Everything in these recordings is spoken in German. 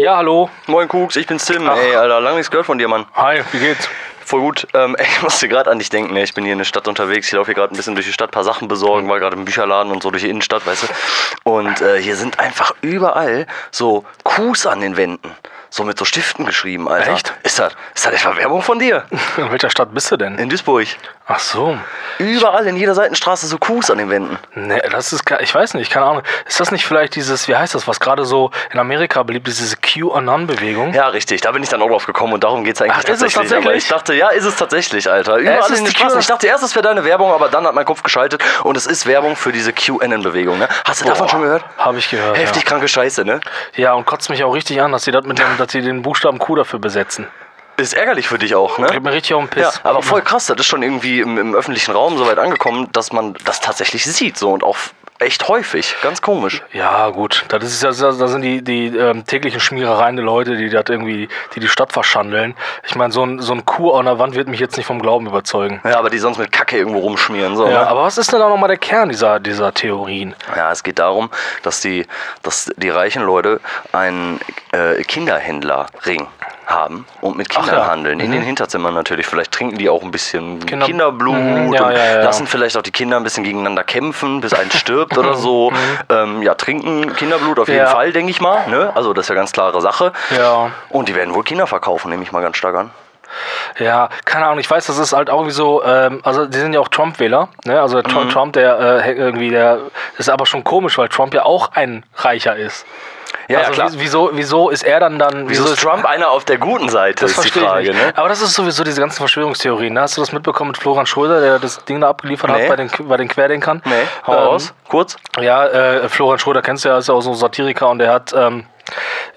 Ja, hallo. Moin Kuks, ich bin's Tim. Ach. Ey, Alter, lang nichts gehört von dir, Mann. Hi, wie geht's? Voll gut. Ähm, ey, ich musste gerade an dich denken. ey. Ich bin hier in der Stadt unterwegs. Ich laufe hier gerade ein bisschen durch die Stadt, paar Sachen besorgen, war gerade im Bücherladen und so durch die Innenstadt, weißt du. Und äh, hier sind einfach überall so Kuhs an den Wänden. So mit so Stiften geschrieben, Alter. Echt? Ist das, ist das etwa Werbung von dir? In welcher Stadt bist du denn? In Duisburg. Ach so. Überall in jeder Seitenstraße so Kuhs an den Wänden. Ne, das ist, ke- ich weiß nicht, keine Ahnung. Ist das nicht vielleicht dieses, wie heißt das, was gerade so in Amerika beliebt ist, diese QAnon-Bewegung? Ja, richtig. Da bin ich dann auch drauf gekommen und darum geht es eigentlich Ach, ist es tatsächlich. Aber tatsächlich? ich dachte, ja, ist es tatsächlich, Alter. Überall ist in den die Straßen. Q- Ich dachte erst, es wäre deine Werbung, aber dann hat mein Kopf geschaltet und es ist Werbung für diese QAnon-Bewegung. Ne? Hast du davon Boah, schon gehört? hab ich gehört, Heftig ja. kranke Scheiße, ne? Ja, und kotzt mich auch richtig an, dass sie das mit dem, dass sie den Buchstaben Q dafür besetzen. Ist ärgerlich für dich auch, ne? Geht mir richtig auf den Piss. Ja, aber voll krass, das ist schon irgendwie im, im öffentlichen Raum so weit angekommen, dass man das tatsächlich sieht so und auch echt häufig. Ganz komisch. Ja, gut. Das ist ja, das sind die, die ähm, täglichen Schmierereien der Leute, die das irgendwie, die die Stadt verschandeln. Ich meine, so ein, so ein Kuh an der Wand wird mich jetzt nicht vom Glauben überzeugen. Ja, aber die sonst mit Kacke irgendwo rumschmieren. So, Ja, ne? aber was ist denn da nochmal der Kern dieser, dieser Theorien? Ja, es geht darum, dass die, dass die reichen Leute einen äh, Kinderhändlerring haben und mit Kindern Ach ja. Mhm. handeln. In den Hinterzimmern natürlich. Vielleicht trinken die auch ein bisschen Kinder- Kinderblut Mhm, ja, ja, und ja. lassen vielleicht auch die Kinder ein bisschen gegeneinander kämpfen, bis ein stirbt oder so. Ähm, ja, trinken Kinderblut auf jeden Mhm. Ja. Fall, denke ich mal. Ne? Also das ist ja ganz klare Sache. Ja. Und die werden wohl Kinder verkaufen, nehme ich mal ganz stark an. Ja, keine Ahnung, ich weiß, das ist halt auch irgendwie so, ähm, also die sind ja auch Trump-Wähler, ne? Also Mhm. Tr- Trump, der äh, irgendwie, der das ist aber schon komisch, weil Trump ja auch ein Reicher ist. Ja, also ja, klar. wie- Wieso, wieso ist er dann dann, Wieso ist Trump einer auf der guten Seite, das ist die verstehe ich Frage. nicht. Ne? Aber das ist sowieso diese ganzen Verschwörungstheorien. Ne? Hast du das mitbekommen mit Florian Schröder, der das Ding da abgeliefert Nee. hat bei den, bei den Querdenkern? Nee, hau Ähm, raus, kurz. Ja, äh, Florian Schröder kennst du ja, ist ja auch so ein Satiriker und der hat ähm,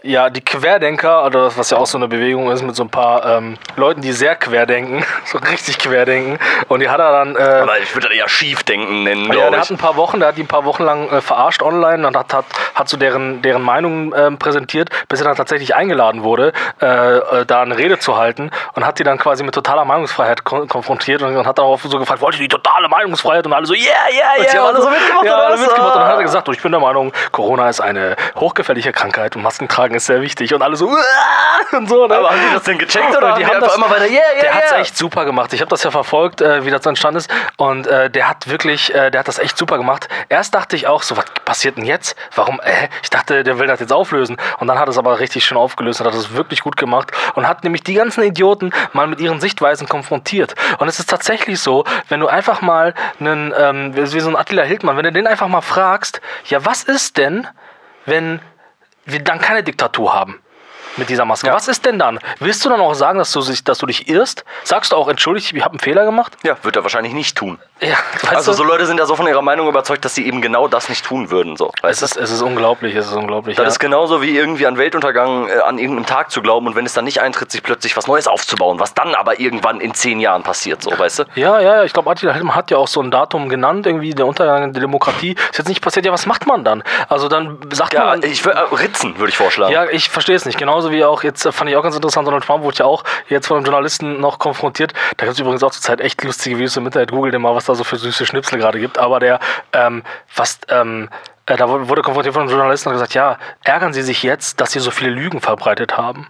ja die Querdenker, also das, was ja auch so eine Bewegung ist, mit so ein paar ähm, Leuten, die sehr querdenken, so richtig querdenken. Und die hat er dann. Äh, Aber ich würde das eher schief denken nennen, ja, glaube der Hm, ich. hat ein paar Wochen, der hat die ein paar Wochen lang äh, verarscht online und hat, hat, hat so deren, deren Meinungen ähm, präsentiert, bis er dann tatsächlich eingeladen wurde, äh, äh, da eine Rede zu halten und hat die dann quasi mit totaler Meinungsfreiheit kon konfrontiert und, und hat darauf so gefragt, wollt ihr die totale Meinungsfreiheit? Und alle so, yeah, yeah, yeah. die haben alle so mitgemacht, ja, oder alle was? mitgemacht. Und dann hat Ah. er gesagt, du, ich bin der Meinung, Corona ist eine hochgefährliche Krankheit und Maskentragen ist sehr wichtig. Und alle so, "Uah!" und so. Ne? Aber haben die das denn gecheckt oder haben Oh, die einfach immer weiter, "Yeah, yeah, Der hat's yeah"? echt echt super gemacht. Ich habe das ja verfolgt, äh, wie das entstanden ist. Und äh, der hat wirklich, äh, der hat das echt super gemacht. Erst dachte ich auch, so, was passiert denn jetzt? Warum? Äh, ich dachte, der will das jetzt auflösen. Und dann hat es aber richtig schön aufgelöst und hat es wirklich gut gemacht und hat nämlich die ganzen Idioten mal mit ihren Sichtweisen konfrontiert. Und es ist tatsächlich so, wenn du einfach mal einen, ähm, wie so ein Attila Hildmann, wenn du den einfach mal fragst, ja, was ist denn, wenn wir dann keine Diktatur haben mit dieser Maske. Was ist denn dann? Willst du dann auch sagen, dass du, sich, dass du dich irrst? Sagst du auch, entschuldigt, ich habe einen Fehler gemacht? Ja, wird er wahrscheinlich nicht tun. Ja, weißt Also so du? Leute sind ja so von ihrer Meinung überzeugt, dass sie eben genau das nicht tun würden. So, Es weißt du? ist, es ist unglaublich, es ist unglaublich. Das ja. ist genauso wie irgendwie an Weltuntergang, äh, an irgendeinem Tag zu glauben und wenn es dann nicht eintritt, sich plötzlich was Neues aufzubauen, was dann aber irgendwann in zehn Jahren passiert, so, weißt du? ja, ja, ja, ich glaube, Attila Hildmann hat ja auch so ein Datum genannt, irgendwie der Untergang der Demokratie. Ist jetzt nicht passiert, ja, was macht man dann? Also dann sagt Ja, man... ich wür- äh, Ritzen würde ich vorschlagen. Ja, ich verstehe es nicht. Genauso wie auch, jetzt äh, fand ich auch ganz interessant, Donald Trump wurde ja auch jetzt von einem Journalisten noch konfrontiert. Da gibt es übrigens auch zurzeit echt lustige Videos im Internet. Google dir mal, was da so für süße Schnipsel gerade gibt. Aber der, ähm, was, ähm, äh, da wurde wurde konfrontiert von einem Journalisten und hat gesagt, ja, ärgern Sie sich jetzt, dass Sie so viele Lügen verbreitet haben.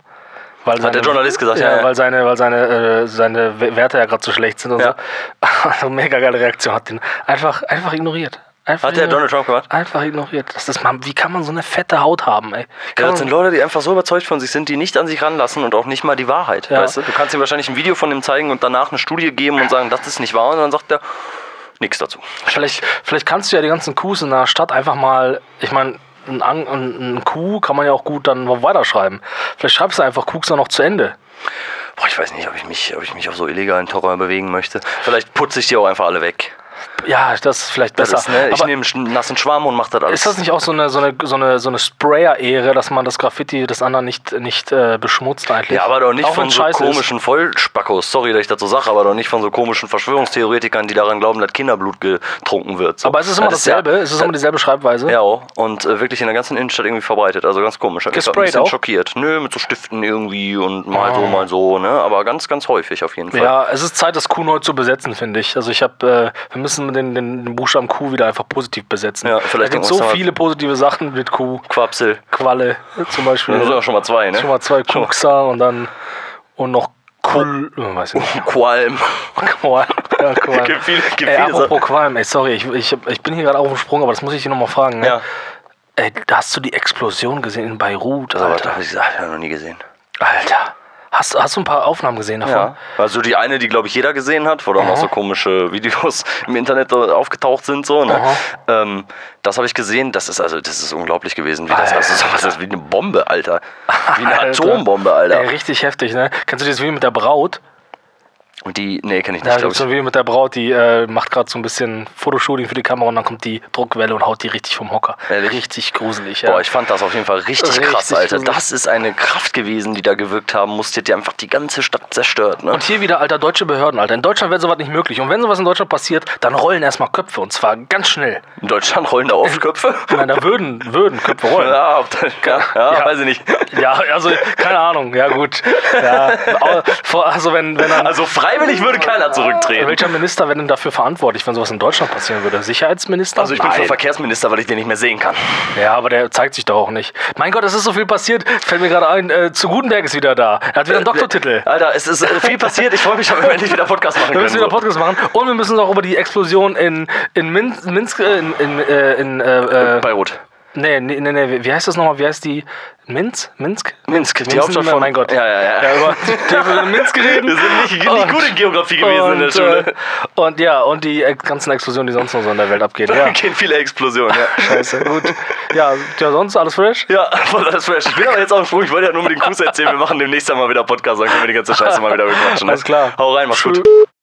Weil der Journalist gesagt, ja, ja. Weil seine, weil seine, äh, seine W- Werte ja gerade so schlecht sind und Ja. so. Also mega geile Reaktion hat den. Einfach, einfach ignoriert. Einfach Hat der ignoriert. Donald Trump gemacht? Einfach ignoriert. Das ist mal, wie kann man so eine fette Haut haben, ey? Kann Ja, man- das sind Leute, die einfach so überzeugt von sich sind, die nicht an sich ranlassen und auch nicht mal die Wahrheit. Ja. Weißt du? du kannst ihm wahrscheinlich ein Video von dem zeigen und danach eine Studie geben und sagen, das ist nicht wahr und dann sagt er nichts dazu. Vielleicht, vielleicht kannst du ja die ganzen Kuhs in der Stadt einfach mal, ich meine, ein, Ang- ein, ein Kuh kann man ja auch gut dann noch weiterschreiben. Vielleicht schreibst du einfach Kuhs dann noch zu Ende. Boah, ich weiß nicht, ob ich mich, ob ich mich auf so illegalen Terror bewegen möchte. Vielleicht putze ich die auch einfach alle weg. Ja, das ist vielleicht Das besser. ist, ne, ich Aber nehme einen schn- nassen Schwarm und mach das alles. ist das nicht auch so eine, so eine, so eine, so eine Sprayer-Ehre, dass man das Graffiti des anderen nicht, nicht äh, beschmutzt eigentlich? ja, aber doch nicht Auch von wenn's so scheiße ist. komischen Vollspackos. Sorry, dass ich das so sage, aber doch nicht von so komischen Verschwörungstheoretikern, die daran glauben, dass Kinderblut getrunken wird. So. Aber es ist immer Das ist dasselbe, Ja, es ist immer dieselbe Schreibweise. ja, und äh, wirklich in der ganzen Innenstadt irgendwie verbreitet. Also ganz komisch. Hat mich grad ein Gesprayt bisschen auch? Ah. schockiert. Nö, mit so Stiften irgendwie und mal so, mal so, ne? Aber ganz, ganz häufig auf jeden Fall. Ja, es ist Zeit, das Kuh neu zu besetzen, finde ich. Also ich habe, äh, wir müssen müssen den, den, den Buchstaben Q wieder einfach positiv besetzen. Ja, vielleicht da gibt auch so noch- viele positive Sachen mit Q. Quapsel. Qualle zum Beispiel. Das sind auch schon mal zwei, ne? Schon mal zwei Schon mal- Oh. Kuxer und dann und noch Kul. Weiß ich nicht. Qualm. Qualm. Ja, Qualm. Gibt viele- gibt ey, viele apropos Qualm, ey, sorry, ich, ich, ich bin hier gerade auf dem Sprung, aber das muss ich dir nochmal fragen. Ne? Ja. Ey, hast du die Explosion gesehen in Beirut, Aber da Alter? habe ich gesagt, habe ich noch nie gesehen. Alter. Hast, hast du ein paar Aufnahmen gesehen davon? Ja. Also die eine, die glaube ich jeder gesehen hat, wo dann auch so komische Videos im Internet so aufgetaucht sind, so, ne? ähm, Das habe ich gesehen, das ist also, das ist unglaublich gewesen, wie das, also Alter. sowas ist wie eine Bombe, Alter. Wie eine Alter. Atombombe, Alter. Ey, richtig heftig, ne? Kennst du dieses Video mit der Braut? Und die, nee, kenne ich Da nicht, glaube gibt's ich. so ein Video mit der Braut, die äh, macht gerade so ein bisschen Fotoshooting für die Kamera und dann kommt die Druckwelle und haut die richtig vom Hocker. Ehrlich? Richtig gruselig, ja. Boah, ich fand das auf jeden Fall richtig, Richtig krass, Alter. gruselig. Das ist eine Kraft gewesen, die da gewirkt haben muss, die hat ja einfach die ganze Stadt zerstört, ne? Und hier wieder, Alter, deutsche Behörden, Alter. In Deutschland wäre sowas nicht möglich. Und wenn sowas in Deutschland passiert, dann rollen erstmal Köpfe. Und zwar ganz schnell. In Deutschland rollen da auf Köpfe. Nein, da würden, würden Köpfe rollen. Ja, ob da, ja, ja, Ja. weiß ich nicht. Ja, also, keine Ahnung. Ja, gut. Ja. Au- vor- Also, wenn, wenn dann. Also freiwillig würde keiner zurücktreten. welcher Minister wäre denn dafür verantwortlich, wenn sowas in Deutschland passieren würde? Sicherheitsminister? Also ich bin Nein. für Verkehrsminister, weil ich den nicht mehr sehen kann. Ja, aber der zeigt sich doch auch nicht. Mein Gott, es ist so viel passiert. Fällt mir gerade ein, äh, zu Gutenberg ist wieder da. Er hat wieder einen Doktortitel. Alter, es ist äh, viel passiert. Ich freue mich, dass wir endlich wieder Podcast machen Wir können. müssen wieder So. Podcast machen und wir müssen auch über die Explosion in, in Min- Minsk, äh, in, in, äh, in äh, äh, Beirut. Nee, nee, nee, nee, wie heißt das nochmal? Wie heißt die? Minz? Minsk? Minsk, die Minsk, Hauptstadt von... mein Gott. Ja, ja, ja. Ja, über die haben wir in Minsk reden. Wir sind nicht, nicht Und- gut in Geografie gewesen in der Schule. äh, und ja, und die äh, ganzen Explosionen, die sonst noch so in der Welt abgehen. Da äh, Ja, gehen viele Explosionen, ja. scheiße, gut. Ja, ja, sonst alles fresh? Ja, voll alles fresh. Ich bin aber jetzt auf dem Sprung. Ich wollte ja nur mit den Kuss erzählen. Wir machen demnächst einmal wieder Podcast. Dann können wir die ganze Scheiße mal wieder bequatschen. ne? Alles klar. Hau rein, mach's gut. Tschö.